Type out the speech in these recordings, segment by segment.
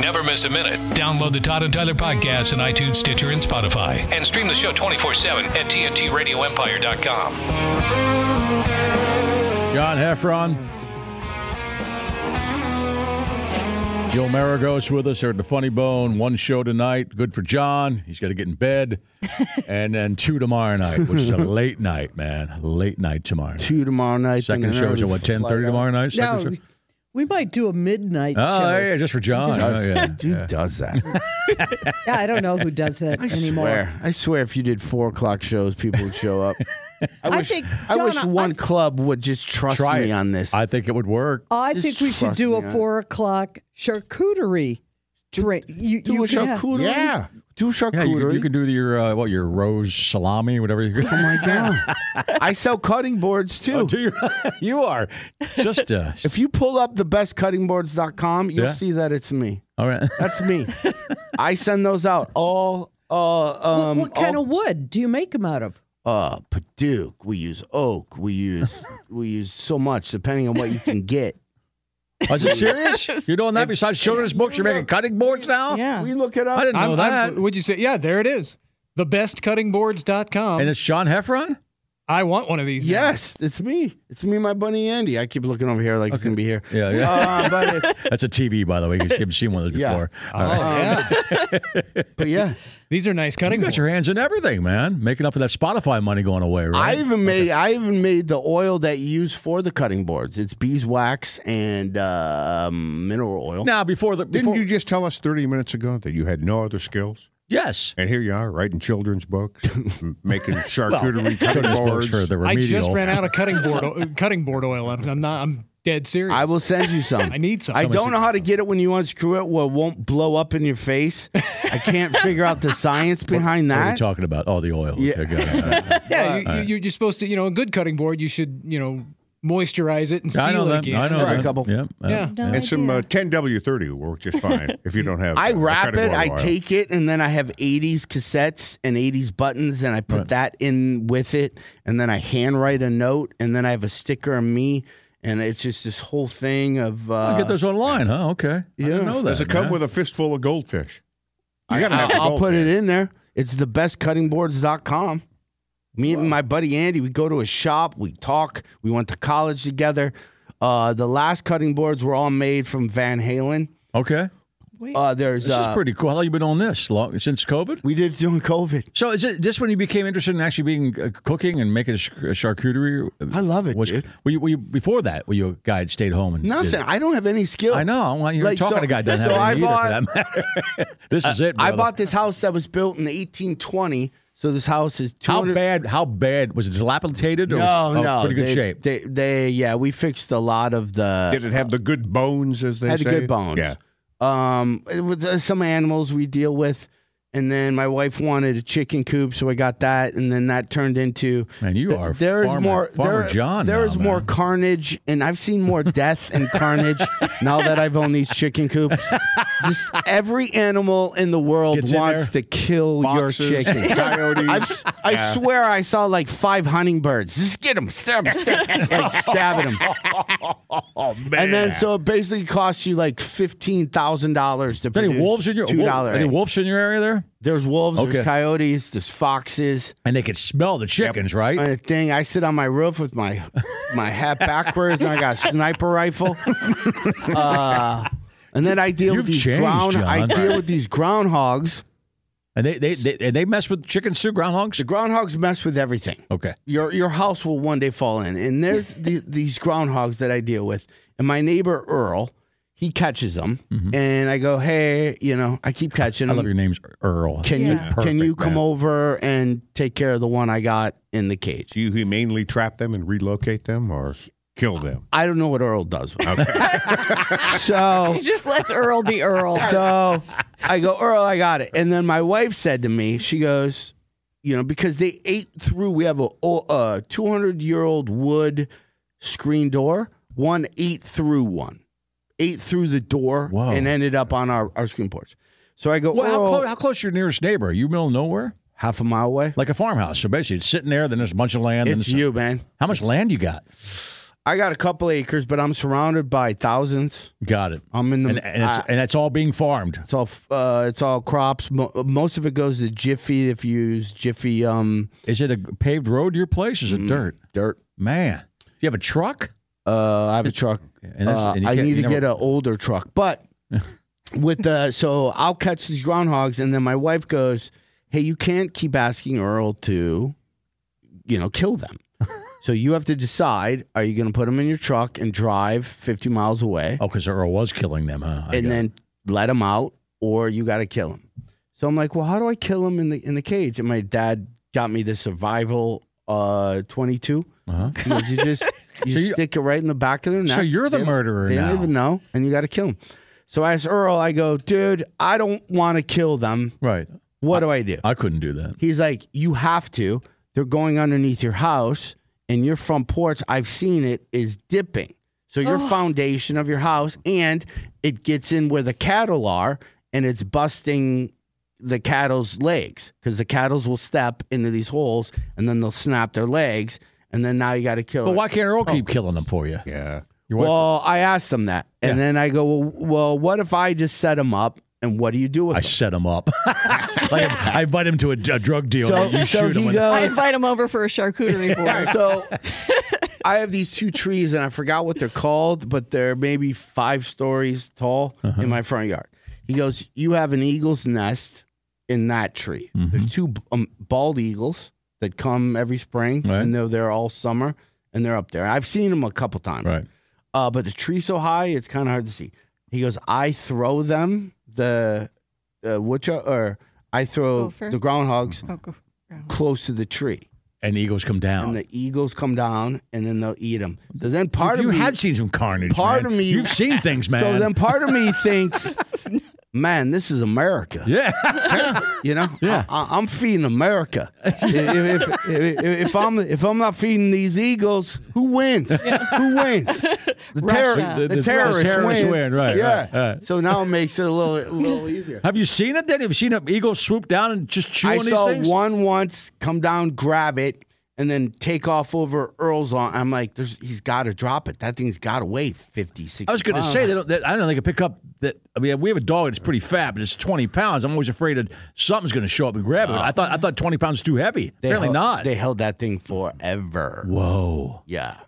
Never miss a minute. Download the Todd and Tyler podcast on iTunes, Stitcher, and Spotify. And stream the show 24 7 at TNTRadioEmpire.com. John Heffron. Jill Maragos with us here at the Funny Bone. One show tonight. Good for John. He's got to get in bed. and then two tomorrow night, which is a late night, man. Late night tomorrow. night. two tomorrow night. Second and an show is early at what, ten flight thirty out. tomorrow night? Second No, show? we might do a midnight Oh, show. yeah, just for John. Oh, yeah. Who does that? Yeah, I don't know who does that I anymore. swear. I swear if you did four o'clock shows, people would show up. I, wish, think, I wish John, I- one club would just trust Try me it. on this. I think it would work. I Just think we should trust do me, a I- four o'clock charcuterie drink. You, do you a can have- charcuterie. Yeah. Do Yeah, a you, charcuterie. could- you can do your uh, what your rose salami, whatever you. oh my god. I sell cutting boards too. Oh, do you, you are just uh, if you pull up the bestcuttingboards.com, you'll Yeah. see that it's me. all right. That's me. I send those out all uh What- um what kind all- of wood do you make them out of? uh Paduke. We use oak. We use we use so much depending on what you can get. Is it serious? You're doing that besides children's books? You're making cutting boards now? We look it up. I didn't know I'm, that. I'm- would you say? Yeah, there it is. The bestcuttingboards.com. and it's John Heffron. I want one of these. now. Yes, it's me. It's me, my bunny Andy. I keep looking over here like it's gonna be here. Yeah, yeah. Uh, but, it- That's a TV, by the way. You haven't seen one of those Yeah. before. Oh, All right. yeah. but yeah, These are nice You cutting got boards. your hands in everything, man. Making up for that Spotify money going away, I right? even made I even made the oil that you use for the cutting boards. It's beeswax and uh, mineral oil. now before the Didn't before, you just tell us 30 minutes ago that you had no other skills? yes. And here you are writing children's books, m- making charcuterie cutting Children's books boards. for the I remedial. just ran out of cutting board o- cutting board oil. I'm, I'm not. I'm dead serious. I will send you some. I need some. I don't know how to get it when you unscrew it. Well, it won't blow up in your face. I can't figure out the science behind What are you that. talking about? Oh, the oil. Yeah. Okay, got it. All right. Yeah, you, you, you're supposed to. You know, a good cutting board. You should. You know, moisturize it and seal I know it that. again. I know Right, a that. couple. Yeah. Yeah. No And some idea. uh, 10W30 will work just fine if you don't have. I uh, wrap cutting it, board I oil. take it, and then I have 80s cassettes and 80s buttons, and I put that in with it, and then I handwrite a note, and then I have a sticker of me, and it's just this whole thing of. Uh, I'll get those online, huh? Okay. I didn't Yeah. know that. Does it come man. with a fistful of goldfish? I, You gotta have the will put it goldfish. in there. It's the bestcuttingboards.com. Me and my buddy Andy, we go to a shop, we talk, we went to college together. Uh, the last cutting boards were all made from Van Halen. Okay. Uh, there's This uh, is pretty cool. How long you been on this? Long since COVID? we did it during COVID. So is it just when you became interested in actually being uh, cooking and making a, sh- a charcuterie? I love it, Was, dude. Were you, were you before that? Were you a guy that stayed home and did Nothing. I don't have any skill. I know. Well, you're Like, talking so- to a guy that doesn't so have I any bought- either, for that matter. this is it. I brother. bought this house that was built in 1820. So this house is 200. How bad? How bad was it? Dilapidated? Or, No, oh, no. pretty good they, shape. They, they, yeah, we fixed a lot of the. Did it have the good bones, as they had say? good bones. Yeah. Um, it was, uh, some animals we deal with, And then my wife wanted a chicken coop, so I got that. And then that turned into Man, you Th- are there is Farmer- more Farmer there, John There now, is more man. carnage, and I've seen more death and carnage now that I've owned these chicken coops. Just every animal in the world Gets in wants there. to kill Foxes, your chicken. coyotes. I've, s- I swear I saw like five hunting birds. Just get them, stab them, like stabbing them. And then so it basically costs you like fifteen thousand dollars to Any produce wolves in your two dollar. Any egg. wolves in your area there? There's wolves, Okay. there's coyotes, there's foxes. And they could smell the chickens, right? on a thing. I sit on my roof with my my hat backwards, and I got a sniper rifle. Uh, and then I deal You've with these changed, ground. I John. deal with these groundhogs. And they they, they and they mess with chickens too, groundhogs. The groundhogs mess with everything. Okay, Your your house will one day fall in, and there's the, these groundhogs that I deal with. And my neighbor Earl, he catches them, and I go, hey, you know, I keep catching Mm-hmm. I them. love your name's Earl. Can Yeah. you can you Perfect, come man. over and take care of the one I got in the cage? Do you humanely trap them and relocate them or kill them? I don't know what Earl does. so He just lets Earl be Earl. So I go, Earl, I got it. And then my wife said to me, she goes, you know, because they ate through, we have a, a 200 year old wood screen door. One ate through one, ate through the door Whoa. and ended up on our, our screen porch. So I go, Well, how, Earl, close, how close is your nearest neighbor? Are you middle of nowhere? half a mile away. Like a farmhouse. So basically, it's sitting there, then there's a bunch of land. it's then there's- you, man. How much land you got? I got a couple acres, but I'm surrounded by thousands. Got it. I'm in the. and, and, it's, I- and it's all being farmed. It's all f- uh, it's all crops. Mo- most of it goes to Jiffy. If you use Jiffy um, Is it a paved road to your place? Is it Mm. dirt? dirt, Man, do you have a truck? Uh, I have a truck. And that's- Uh, and you I can't- need to you get never- an older truck. But with the so I'll catch these groundhogs, and then my wife goes, "Hey, you can't keep asking Earl to, you know, kill them. so you have to decide: Are you going to put them in your truck and drive 50 miles away, Oh, because Earl was killing them, huh? I and got it. then let them out, or you got to kill them?" So I'm like, "Well, how do I kill them in the in the cage?" And my dad got me the survival uh 22. Uh-huh. He goes, you just you So you- stick it right in the back of their neck. So you're the They- murderer They now. don't even know, and you got to kill them. So I asked Earl, I go, dude, I don't want to kill them. Right. What do I do? I couldn't do that. He's like, you have to. They're going underneath your house, and your front porch, I've seen it, is dipping. So your foundation of your house, and it gets in where the cattle are, and it's busting the cattle's legs because the cattle's will step into these holes, and then they'll snap their legs, and then now you got to kill. But it. why can't Earl keep Oh. killing them for you? Yeah. Your wife- Well, I asked them that, and then I go, well, "Well, what if I just set him up, and what do you do with I him?" set him up. like, I invite him to a, a drug deal. and you so shoot him. he uh, and- I goes. invite him over for a charcuterie board. so I have these two trees, and I forgot what they're called, but they're maybe five stories tall Uh-huh. in my front yard. He goes, "You have an eagle's nest in that tree. Mm-hmm. There's two um, bald eagles that come every spring, Right. and they're there all summer, and they're up there. I've seen them a couple times. right. uh, but the tree's so high, it's kind of hard to see. He goes, I throw them the uh, woodchuck, or I throw Gopher? the groundhogs Oh, go- yeah. close to the tree, And eagles come down. and the eagles come down, and then they'll eat them. So then part you of me, have seen some carnage. part man. of me- You've seen things, man. so then part of me thinks, man, this is America. yeah. You know, Yeah. I, I, am feeding America. if, if, if, if I'm if I'm not feeding these eagles, who wins? Who wins? The, terror, Russia. the, The- the- the terrorists, terrorists wins. win, right, Yeah. right, right. So now it makes it a little a little easier. Have you seen it then? Have you seen an eagle swoop down and just chew I on these saw things? one once come down, grab it, and then take off over Earl's lawn. I'm like, there's he's got to drop it. That thing's got to weigh 50, 60 I was going to pounds. say they don't. That, I don't know. They can pick up that. I mean, we have a dog that's pretty fat, but it's twenty pounds. I'm always afraid that something's going to show up and grab it. I thought I thought twenty pounds is too heavy. They Apparently held, not. They held that thing forever. Whoa. Yeah.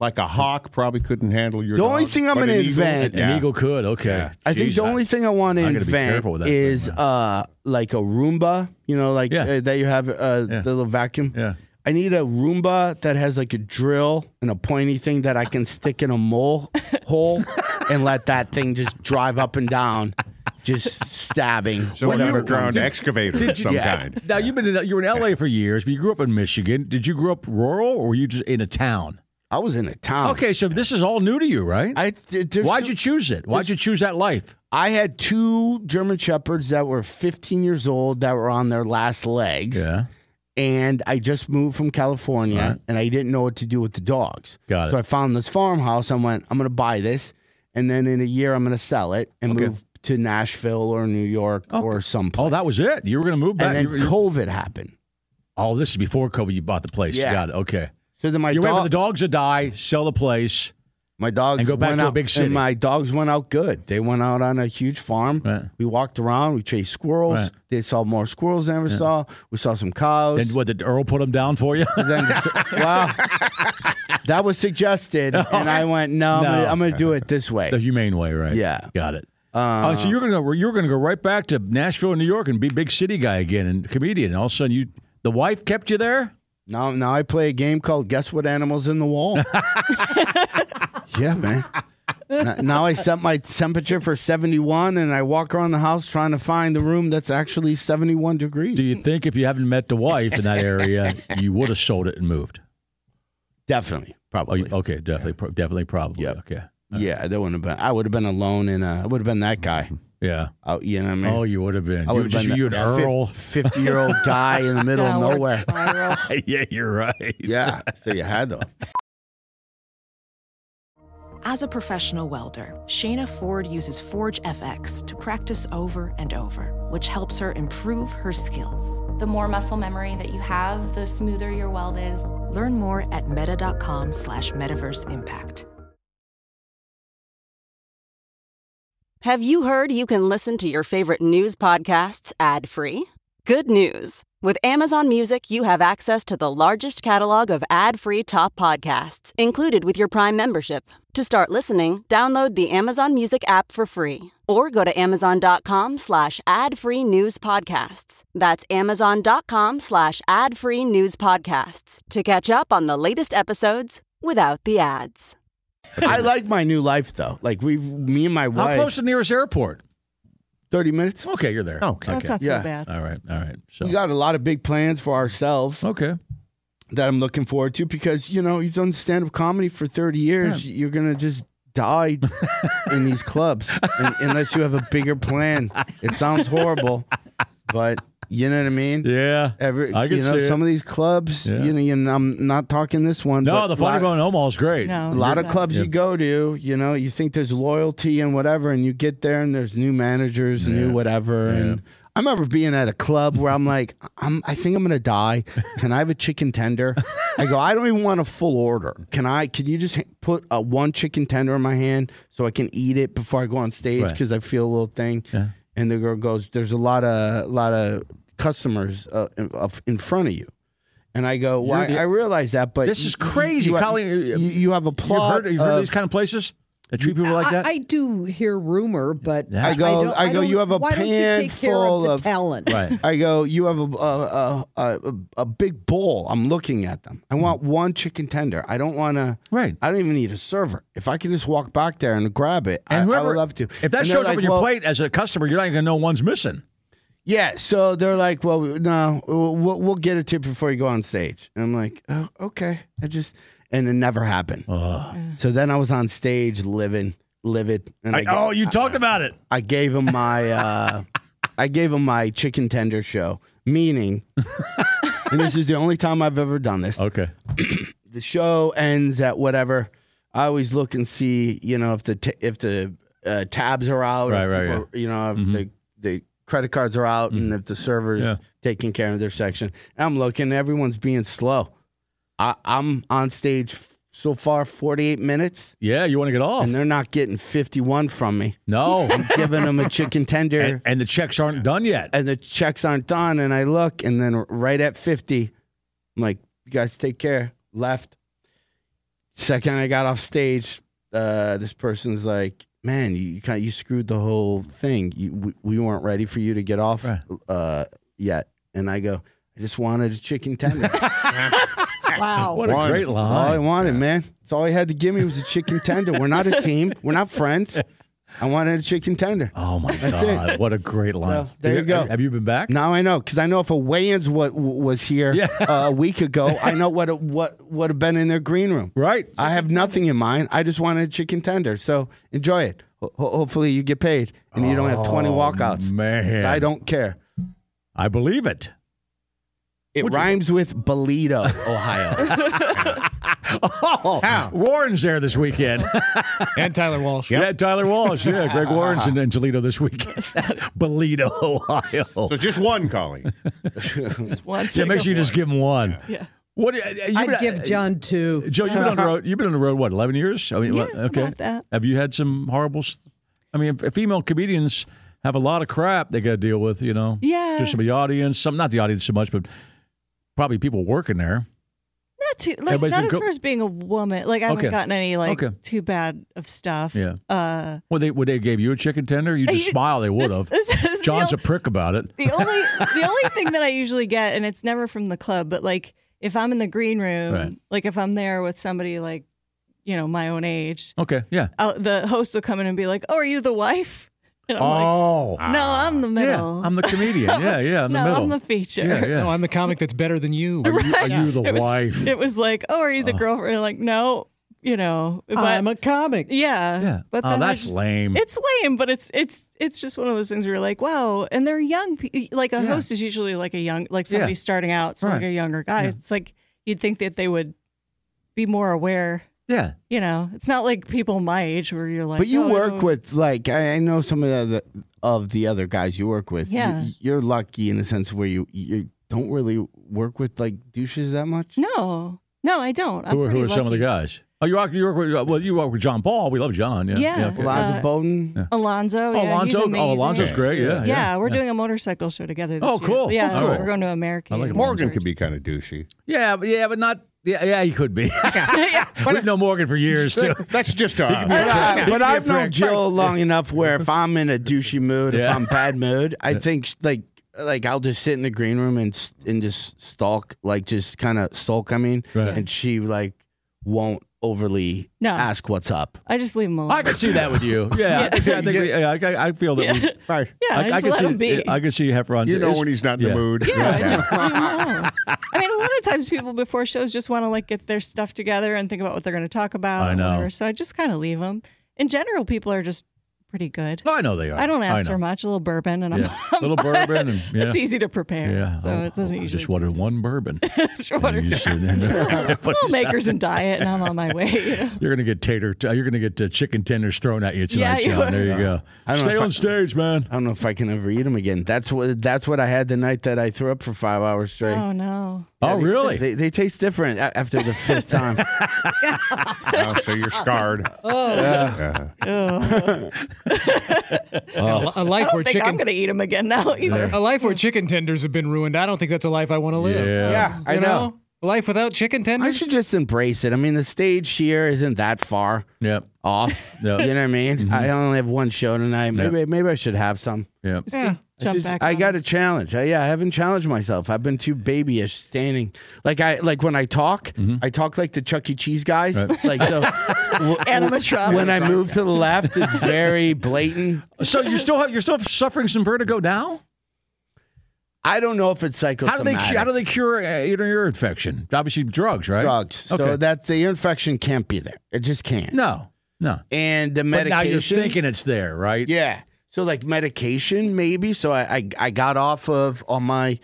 Like a hawk probably couldn't handle your The only dog, thing I'm but gonna an eagle- invent- Yeah. An eagle could. Okay. I think Jeez, the only thing I want to I gotta be invent careful with that is thing, man. uh, like a Roomba, you know, like Yeah. uh, that you have uh, Yeah. the little vacuum. Yeah. I need a Roomba that has like a drill and a pointy thing that I can stick in a mole hole and let that thing just drive up and down, just stabbing. So an whatever underground comes in. excavator of some yeah. kind. Now you've been in, you were in L.A. for years, but you grew up in Michigan. Did you grow up rural, or were you just in a town? I was in a town. Okay, so this is all new to you, right? Oh. I th- there's Why'd some- you choose it? Why'd you choose that life? I had two German shepherds that were 15 years old that were on their last legs. and I just moved from California and I didn't know what to do with the dogs. Got it. So I found this farmhouse. I went, I'm going to buy this. And then in a year, I'm going to sell it and Okay. move to Nashville or New York or someplace. Oh, that was it. You were going to move back. and then You were- you- COVID happened. oh, this is before COVID. You bought the place. Yeah. Got it. Okay. So then my, you wait for the dog, dogs to die, sell the place. my dogs and go back went to a out, big city. And my dogs went out good. They went out on a huge farm. Right. We walked around. We chased squirrels. Right. They saw more squirrels than I ever saw. We saw some cows. And what did Earl put them down for you? then well, that was suggested, and I went, no, No. I'm going to do it this way. the humane way, right? Yeah. Um, Got it. oh, so you're gonna you're gonna go right back to Nashville, New York, and be big city guy again and comedian. All of a sudden, you the wife kept you there. Now, now I play a game called Guess What Animal's in the Wall. yeah, man. Now, now I set my temperature for 71, and I walk around the house trying to find the room that's actually 71 degrees. Do you think if you haven't met the wife in that area, you would have sold it and moved? Definitely, Oh, probably. you- okay, definitely, pro- definitely, probably. Yep. Okay. Yeah, that wouldn't have been. I would have been alone, and I would have been that guy. Yeah. Oh, you know what I mean? Mm-hmm. Oh, you would have been. I You would would have just been you an Earl. 50 year old guy in the middle of Downward nowhere. spiral. yeah, you're right. Yeah, so you had to. As a professional welder, Shayna Ford uses Forge FX to practice over and over, which helps her improve her skills. The more muscle memory that you have, the smoother your weld is. Learn more at meta.com slash metaverse impact. Have you heard you can listen to your favorite news podcasts ad free? Good news! With Amazon Music, you have access to the largest catalog of ad free top podcasts included with your Prime membership. To start listening, download the Amazon Music app for free or go to amazon.com slash ad free news podcasts. That's amazon.com slash ad free news podcasts to catch up on the latest episodes without the ads. I like my new life though. Like we, me and my How wife, close to the nearest airport? thirty minutes. Okay, you're there. Okay. That's not Yeah. so bad. All right. All right. So. We got a lot of big plans for ourselves okay. that I'm looking forward to because you know you've done stand up comedy for thirty years. You're gonna just die in these clubs un- unless you have a bigger plan. It sounds horrible, but you know what I mean. Yeah. Every, I can you know, see it. some of these clubs, Yeah. you know, you know, I'm not talking this one. no, but the funny lot- bone in Omaha is great. No. A lot of Yeah. clubs you go to, you know, you think there's loyalty and whatever, and you get there and there's new managers, new whatever. And I remember being at a club where I'm like, I'm, I think I'm gonna die. Can I have a chicken tender? I go, I don't even want a full order. Can I? Can you just h- put a one chicken tender in my hand so I can eat it before I go on stage Right. because I feel a little thing. And the girl goes, "There's a lot of lot of customers uh, in, of, in front of you." And I go, "Well, I, the- I realize that, but This is you- you- crazy, You have, Colleen. uh, you, you have a You've plot. heard, you've heard of- of these kind of places that treat people like that. I, I do hear rumor, but Yeah. I go- don't- I go, don't- "You have a why don't you take care pan full the of- talent. right. I go, you have a a, a a a big bowl. I'm looking at them. I want one chicken tender. I don't want to. Mm. Right. I don't even need a server. If I can just walk back there and grab it, I, And I whoever, would love to. If that And they're shows up like, on your well, plate as a customer, you're not even gonna know one's missing. yeah. So they're like, well, no, we'll, we'll get a tip before you go on stage. And I'm like, oh, okay. I just and it never happened. So then I was on stage, living, livid, and I, I- oh, you talked about it. I gave him my uh, I gave him my chicken tender show. Meaning, and this is the only time I've ever done this. Okay. The show ends at whatever. I always look and see, you know, if the t- if the uh, tabs are out, or Right, right, people- you know, if the the credit cards are out, and if the server's Yeah. taking care of their section. And I'm looking. Everyone's being slow. I, I'm on stage f- so far, 48 minutes, Yeah, you want to get off? and they're not getting 51 from me. No. Giving them a chicken tender and, and the checks aren't done yet. and the checks aren't done. And I look, and then right at 50, I'm like, you guys take care. Left. Second, I got off stage. Uh, this person's like, man, you you, kind you screwed the whole thing. You, we, we weren't ready for you to get off Right. uh, yet. And I go, I just wanted a chicken tender. Wow. what a Wanted. great That's all I line. wanted, man. That's all he had to give me was a chicken tender. We're not a team. We're not friends. I wanted a chicken tender. Oh my That's God, it. what a great line. So, there you Have- go. Have you been back? Now I know because I know if a Wayans wa- w- was here uh, a week ago, I know what it- what would have been in their green room. Right. I have nothing in mind. I just wanted a chicken tender. So enjoy it. Ho- ho- hopefully you get paid and you don't have twenty Oh, walkouts. man. I don't care. I believe it. It rhymes with Bolito, Ohio. Oh, Warren's there this weekend. and Tyler Walsh. Yeah, Tyler Walsh. Yeah, Greg Warren's in, in Toledo this weekend. Bolito, Ohio. So just one, Colleen. Yeah, make sure you just give him one. Yeah. What? do you- uh, you've I'd been- give John two. Joe, you've been on the road. You've been on the road what, eleven years? I mean, what- okay. that. Have you had some horrible? s- I mean, if female comedians have a lot of crap they got to deal with. You know, Yeah. just from the audience. Some not the audience so much, but probably people working there. Not too like Everybody's not been as go- far as being a woman. Like I Okay. haven't gotten any like Okay. too bad of stuff. Yeah. Uh Well, they would they gave you a chicken tender? You just you- smile. They would this- have. this is the John's a ol- prick about it. the only the only thing that I usually get, and it's never from the club, but like if I'm in the green room, Right. like if I'm there with somebody like, you know, my own age, Okay, yeah. i the host will come in and be like, "Oh, are you the wife?" And I'm oh, like, "No, I'm the middle. yeah. I'm the comedian. Yeah, yeah. I'm no, the middle. I'm the feature." Yeah, yeah. No, I'm the comic that's better than you. Are you, are you the It was- wife? It was like, "Oh, are you the girlfriend?" And like, no, you Oh, know, but I'm a comic. yeah, Yeah. But oh, then I that's just- lame. It's lame, but it's it's it's just one of those things where you're like, wow, Oh, and they're young. pe- Like a host is usually like a young, like somebody Yeah. starting out, so like Right. a younger guy. Yeah. It's like you'd think that they would be more aware. yeah. You know, it's not like people my age where you're like. but you oh, work no. with like I, I know some of the other, of the other guys you work with. Yeah. you, you're lucky in a sense where you you don't really work with like douches that much. No, no, I don't. I'm Who are, who pretty are some of the lucky. guys? Oh, you work, you work with well, you work with John Paul. We love John. Yeah. Yeah. okay. Eliza Uh, Bowden. Alonzo. oh, yeah, he's Alonzo. amazing. Oh, Alonzo's great. Yeah. Yeah, we're doing a motorcycle show together. This Oh, year. cool. Yeah, Oh, cool. we're going to America. I like Morgan could be kind of douchey. Yeah, but, yeah, but not. Yeah, yeah, he could be. We've known Morgan for years too. That's just But, uh, I, He can but be a I've known prick. Jill long enough where if I'm in a douchey mood, Yeah. if I'm bad mood, I think like like I'll just sit in the green room and s- and just stalk, like just kind of sulk. I mean, Right. and she like won't overly No. ask what's up. I just leave him alone. I could see that with you. Yeah, I think, I, think we, yeah, I, I feel that we. right. yeah, I, just could let see, him be. I could see Heffron. You know when he's not in yeah. the mood. Yeah, I just leave 'em alone. I mean, a lot of times people before shows just want to like get their stuff together and think about what they're going to talk about. I or know. whatever. So I just kind of leave them. In general, people are just pretty good. No, I know they are. I don't ask know. for much. A little bourbon and I'm, Yeah. I'm Little fine. bourbon and- It's yeah. easy to prepare. Yeah. so oh, it doesn't oh, I usually. just wanted one bourbon. Just water. And you just sit there and everybody's- Little makers and diet, and I'm on my way. you know. You're gonna get tater. T- you're gonna get uh, chicken tenders thrown at you tonight, Yeah, you John. are. There you go. I don't know Stay if I- on stage, man. I don't know if I can ever eat them again. That's what that's what I had the night that I threw up for five hours straight. Oh no. oh, They- really? They, they taste different a- after the fifth time. Oh, so you're scarred. Oh. Yeah. Oh. A- a life I where don't think I'm chicken going to eat them again now either. a life where chicken tenders have been ruined. I don't think that's a life I want to live. Yeah. yeah, I You know. A life without chicken I tenders. should just embrace it. I mean, the stage here isn't that far. Yep. off. Yeah. Mm-hmm. You know what I mean? I only have one show tonight. Yeah. Maybe maybe I should have some. Yep. yeah. I Jump should- back. I on. got to challenge. I, yeah, I haven't challenged myself. I've been too babyish standing. Like I like when I talk, Mm-hmm. I talk like the Chuck E. Cheese guys. Like so, w- Animatronic. When I move to the left, it's very blatant. So you still have you're still suffering some vertigo now? I don't know if it's psychosomatic. How do they how do they cure uh, inner ear infection? Obviously drugs, right? drugs? Okay. So that the infection can't be there. It just can't. no, no. And the But medication. now you're thinking it's there, right? Yeah. So like medication, maybe. So I I, I got off of on my,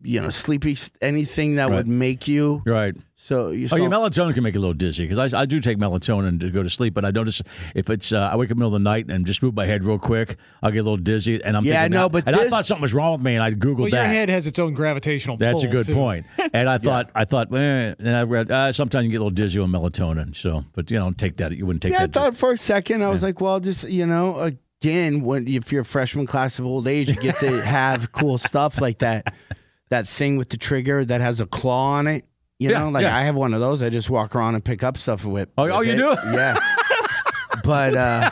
you know, sleepy s- anything that Right. would make you. Right. So you. Oh, so- your melatonin can make you a little dizzy because I, I do take melatonin to go to sleep, but I notice if it's uh, I wake up in the middle of the night and just move my head real quick, I'll get a little dizzy, and I'm Yeah, thinking, I know, now- but and I this- thought something was wrong with me, and I googled Well, that. your head has its own gravitational. That's a pull, good too. point. And I thought, I thought, eh, and I read, uh, sometimes you get a little dizzy on melatonin. So, but you know, take that. You wouldn't take yeah, I that. thought for a second I was like, well, just you know, again, when if you're a freshman class of old age, you get to have cool stuff like that, that thing with the trigger that has a claw on it. You Yeah, know, like yeah. I have one of those. I just walk around and pick up stuff with. Oh, oh, with you it. do? Yeah. But uh,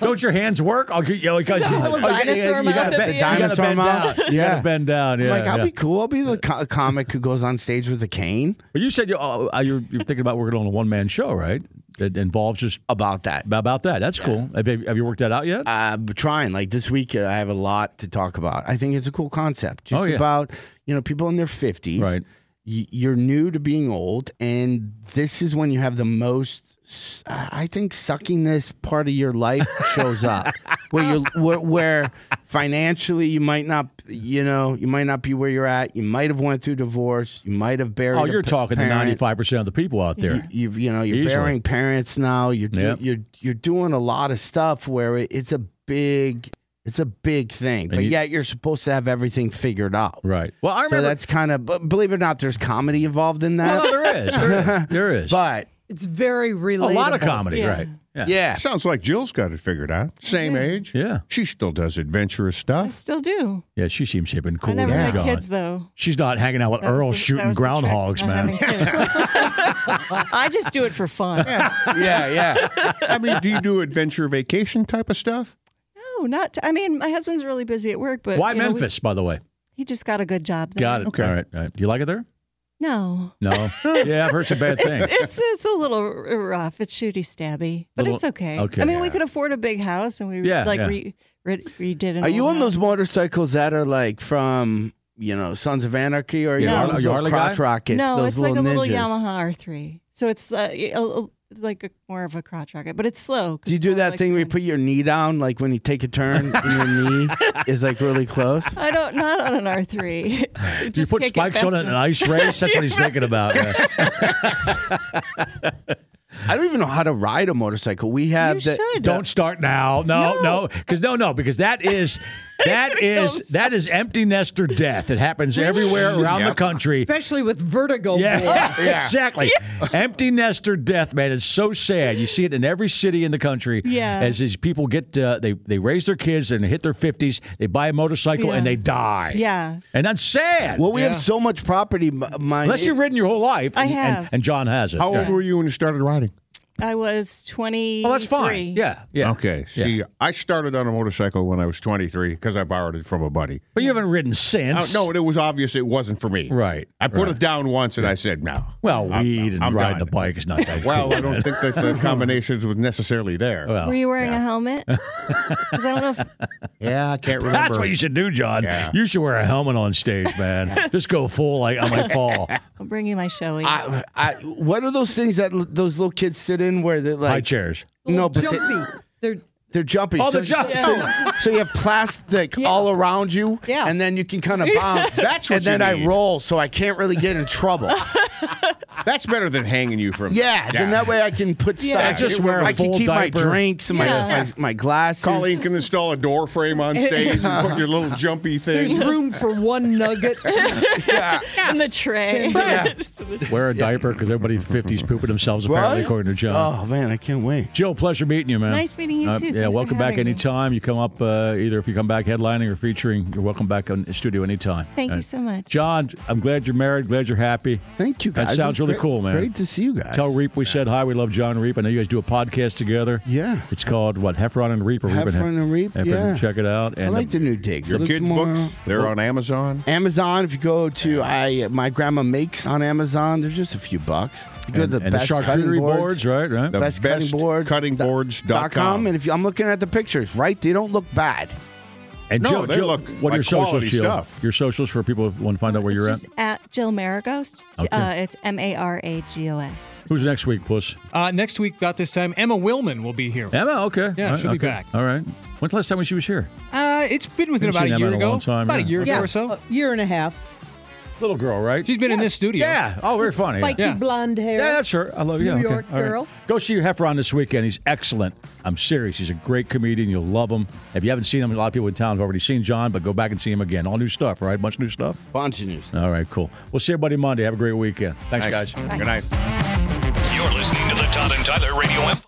Don't your hands work? Oh, you, you, you, you, little dinosaur mouth gotta at bend- the the You gotta You gotta dinosaur bend mouth. down. You Yeah. gotta bend down. Yeah, I'm like, I'll yeah. be cool. I'll be the co- comic who goes on stage with a cane. oh, But you said you, oh, uh, you're, you're thinking about working on a one man show, right? that involves just about that. About that. That's cool. Have you, have you worked that out yet? I'm trying. Like this week, uh, I have a lot to talk about. I think it's a cool concept. Just Oh, yeah. about you know people in their fifties. Right. Y- you're new to being old, and this is when you have the most. s- I think suckiness part of your life shows up, where you where, where financially you might not, you know, you might not be where you're at. You might have went through divorce. You might have buried. oh, a you're pa- talking to parent. 95 percent of the people out there. You, you, you know, you're Easily. burying parents now. You're do- Yep. you're you're doing a lot of stuff where it, it's a big it's a big thing, but you- yet you're supposed to have everything figured out. Right. Well, I So remember- that's kind of, but believe it or not, there's comedy involved in that. Well, there is. There is. There is. but It's very relatable. a lot of comedy, Yeah. right? yeah, Sounds like Jill's got it figured out. Same age. Yeah. She still does adventurous I stuff. still do. Yeah, she seems hip and cool. I never than had John. kids though. She's not hanging out with That was Earl the- that shooting was the trick, groundhogs, not having man. kids. I just do it for fun. yeah, yeah. I mean, do you do adventure vacation type of stuff? No, not. I mean, my husband's really busy at work, but Why you know, we- Memphis, by the way? he just got a good job. There. Got it. Okay. All right. All right. Do you like it there? No. No. yeah, I've heard some bad things. It's, it's it's a little rough. It's shooty stabby, but Little- it's okay. okay. I mean, we could afford a big house, and we Yeah, like yeah. Re, re, redid. An Are you old on those house. motorcycles that are like from you know Sons of Anarchy Yeah, or you No. know, are- those you little Harley guy? crotch rockets? no, those it's like little a little ninjas? Yamaha R3. So it's uh, a- a- like a, more of a crotch rocket, but it's slow. 'cause Do you do it's not that like thing where you one- put your knee down, like when you take a turn and your knee is like really close? I don't. Not on an R3. It Do you just put can't get spikes on fast it in an enough. ice race? That's what he's thinking about. yeah. I don't even know how to ride a motorcycle. We have You the- should. Don't start now. No, No. no, because no, no, because that is that is that is empty nester death. It happens everywhere around the Yep. country. Especially with vertigo. Oh, boy. Yeah, exactly. Empty nester death, man. It's so sad. You see it in every city in the country. Yeah. As these people get, uh, they they raise their kids and hit their fifties. They buy a motorcycle and Yeah. they die. Yeah. And that's sad. Well, we have so much property. m- My Unless you've ridden your whole life. I and, and- have. And, John has it. How Yeah. old were you when you started riding? I was 20. Oh, that's E fine. Yeah. Yeah. Okay. Yeah. See, I started on a motorcycle when I was 23 because I borrowed it from a buddy. But you haven't ridden Uh, since. no, it was obvious it wasn't for me. Right, I put right. it down once and I said, no. Well, I'm- weed and I'm riding done. a bike is not that Well, cool, I don't man. think that the combinations was necessarily there. Well, Were you wearing a helmet? 'Cause I don't know if yeah, I can't remember. that's what you should do, John. Yeah. You should wear a helmet on stage, man. Just go full like I might fall. I'll bring you my showy. I, I, what are those things that l- those little kids sit in where they're High like chairs. no, but they, jumpy. They're they're jumpy. Oh, so, they're jumpy. So, so you have plastic all around you, Yeah. and then you can kind of bounce. That's what and you then I need. roll, so I can't really get in trouble. That's better than hanging you from. yeah, then that way I can put Yeah. stuff. Yeah, just wear a I can full keep my diaper. drinks and my, Yeah. my my glasses. Colleen can install a door frame on stage and put your little jumpy there's thing. room for one nugget. in the tray. Yeah. Just in the- Wear a diaper because everybody in fifties pooping themselves apparently Right? according to John. Oh man, I can't wait. Jill, pleasure meeting you, man. Nice meeting you, Uh, too. yeah, Thanks for welcome back having me. anytime. You come up uh, either if you come back headlining or featuring. You're welcome back on the studio anytime. Thank All you right. so much. John, I'm glad you're married. Glad you're happy. Thank you That guys. It sounds was really great- cool, man. Great to see you guys. Tell Reap we said hi. We love John Reap. I know you guys do a podcast together. Yeah. It's called what? Heffron and Reap or Reap and Heffron and Reap, Heffron. yeah. Check it out. I And like the new digs. Your It looks kid more- books, they're on Amazon. Amazon. If you go to I, my grandma makes on Amazon. There's just a few bucks. You go and, to the and best cutting charcuterie boards, boards, right? Right. The Best, best cutting boards. cutting dot- boards dot dot com. And if you, I'm looking at the pictures, right? They don't look bad. And No, Jill, they Jill, look what are your like socials, quality Jill? stuff. Your socials for people who want to find out where it's you're at. just at Jill Maragos. Uh, Okay. it's M A R A G O S. Who's next week, Puss? Uh, next week, about this time, Emma Willman will be here. Emma. Okay. Yeah, All right, she'll be okay. back. All right. When's the last time she was here? Uh, it's been within Haven't about seen a Emma year in a ago. long time, about yeah. a year yeah, Uh, ago or so. a year and a half. Little girl, right? She's been in this studio. yeah. Oh, very funny. Spiky Yeah. blonde hair. Yeah, that's her. I love New you. yeah, okay. York All right. girl. Go see Heffron this weekend. He's excellent. I'm serious. He's a great comedian. You'll love him. If you haven't seen him, a lot of people in town have already seen John, but go back and see him again. All new stuff, right? Bunch of new stuff. Bunch of news. All right, cool. We'll see everybody Monday. Have a great weekend. Thanks. guys. Good night. You're listening to the Todd and Tyler Radio Empire.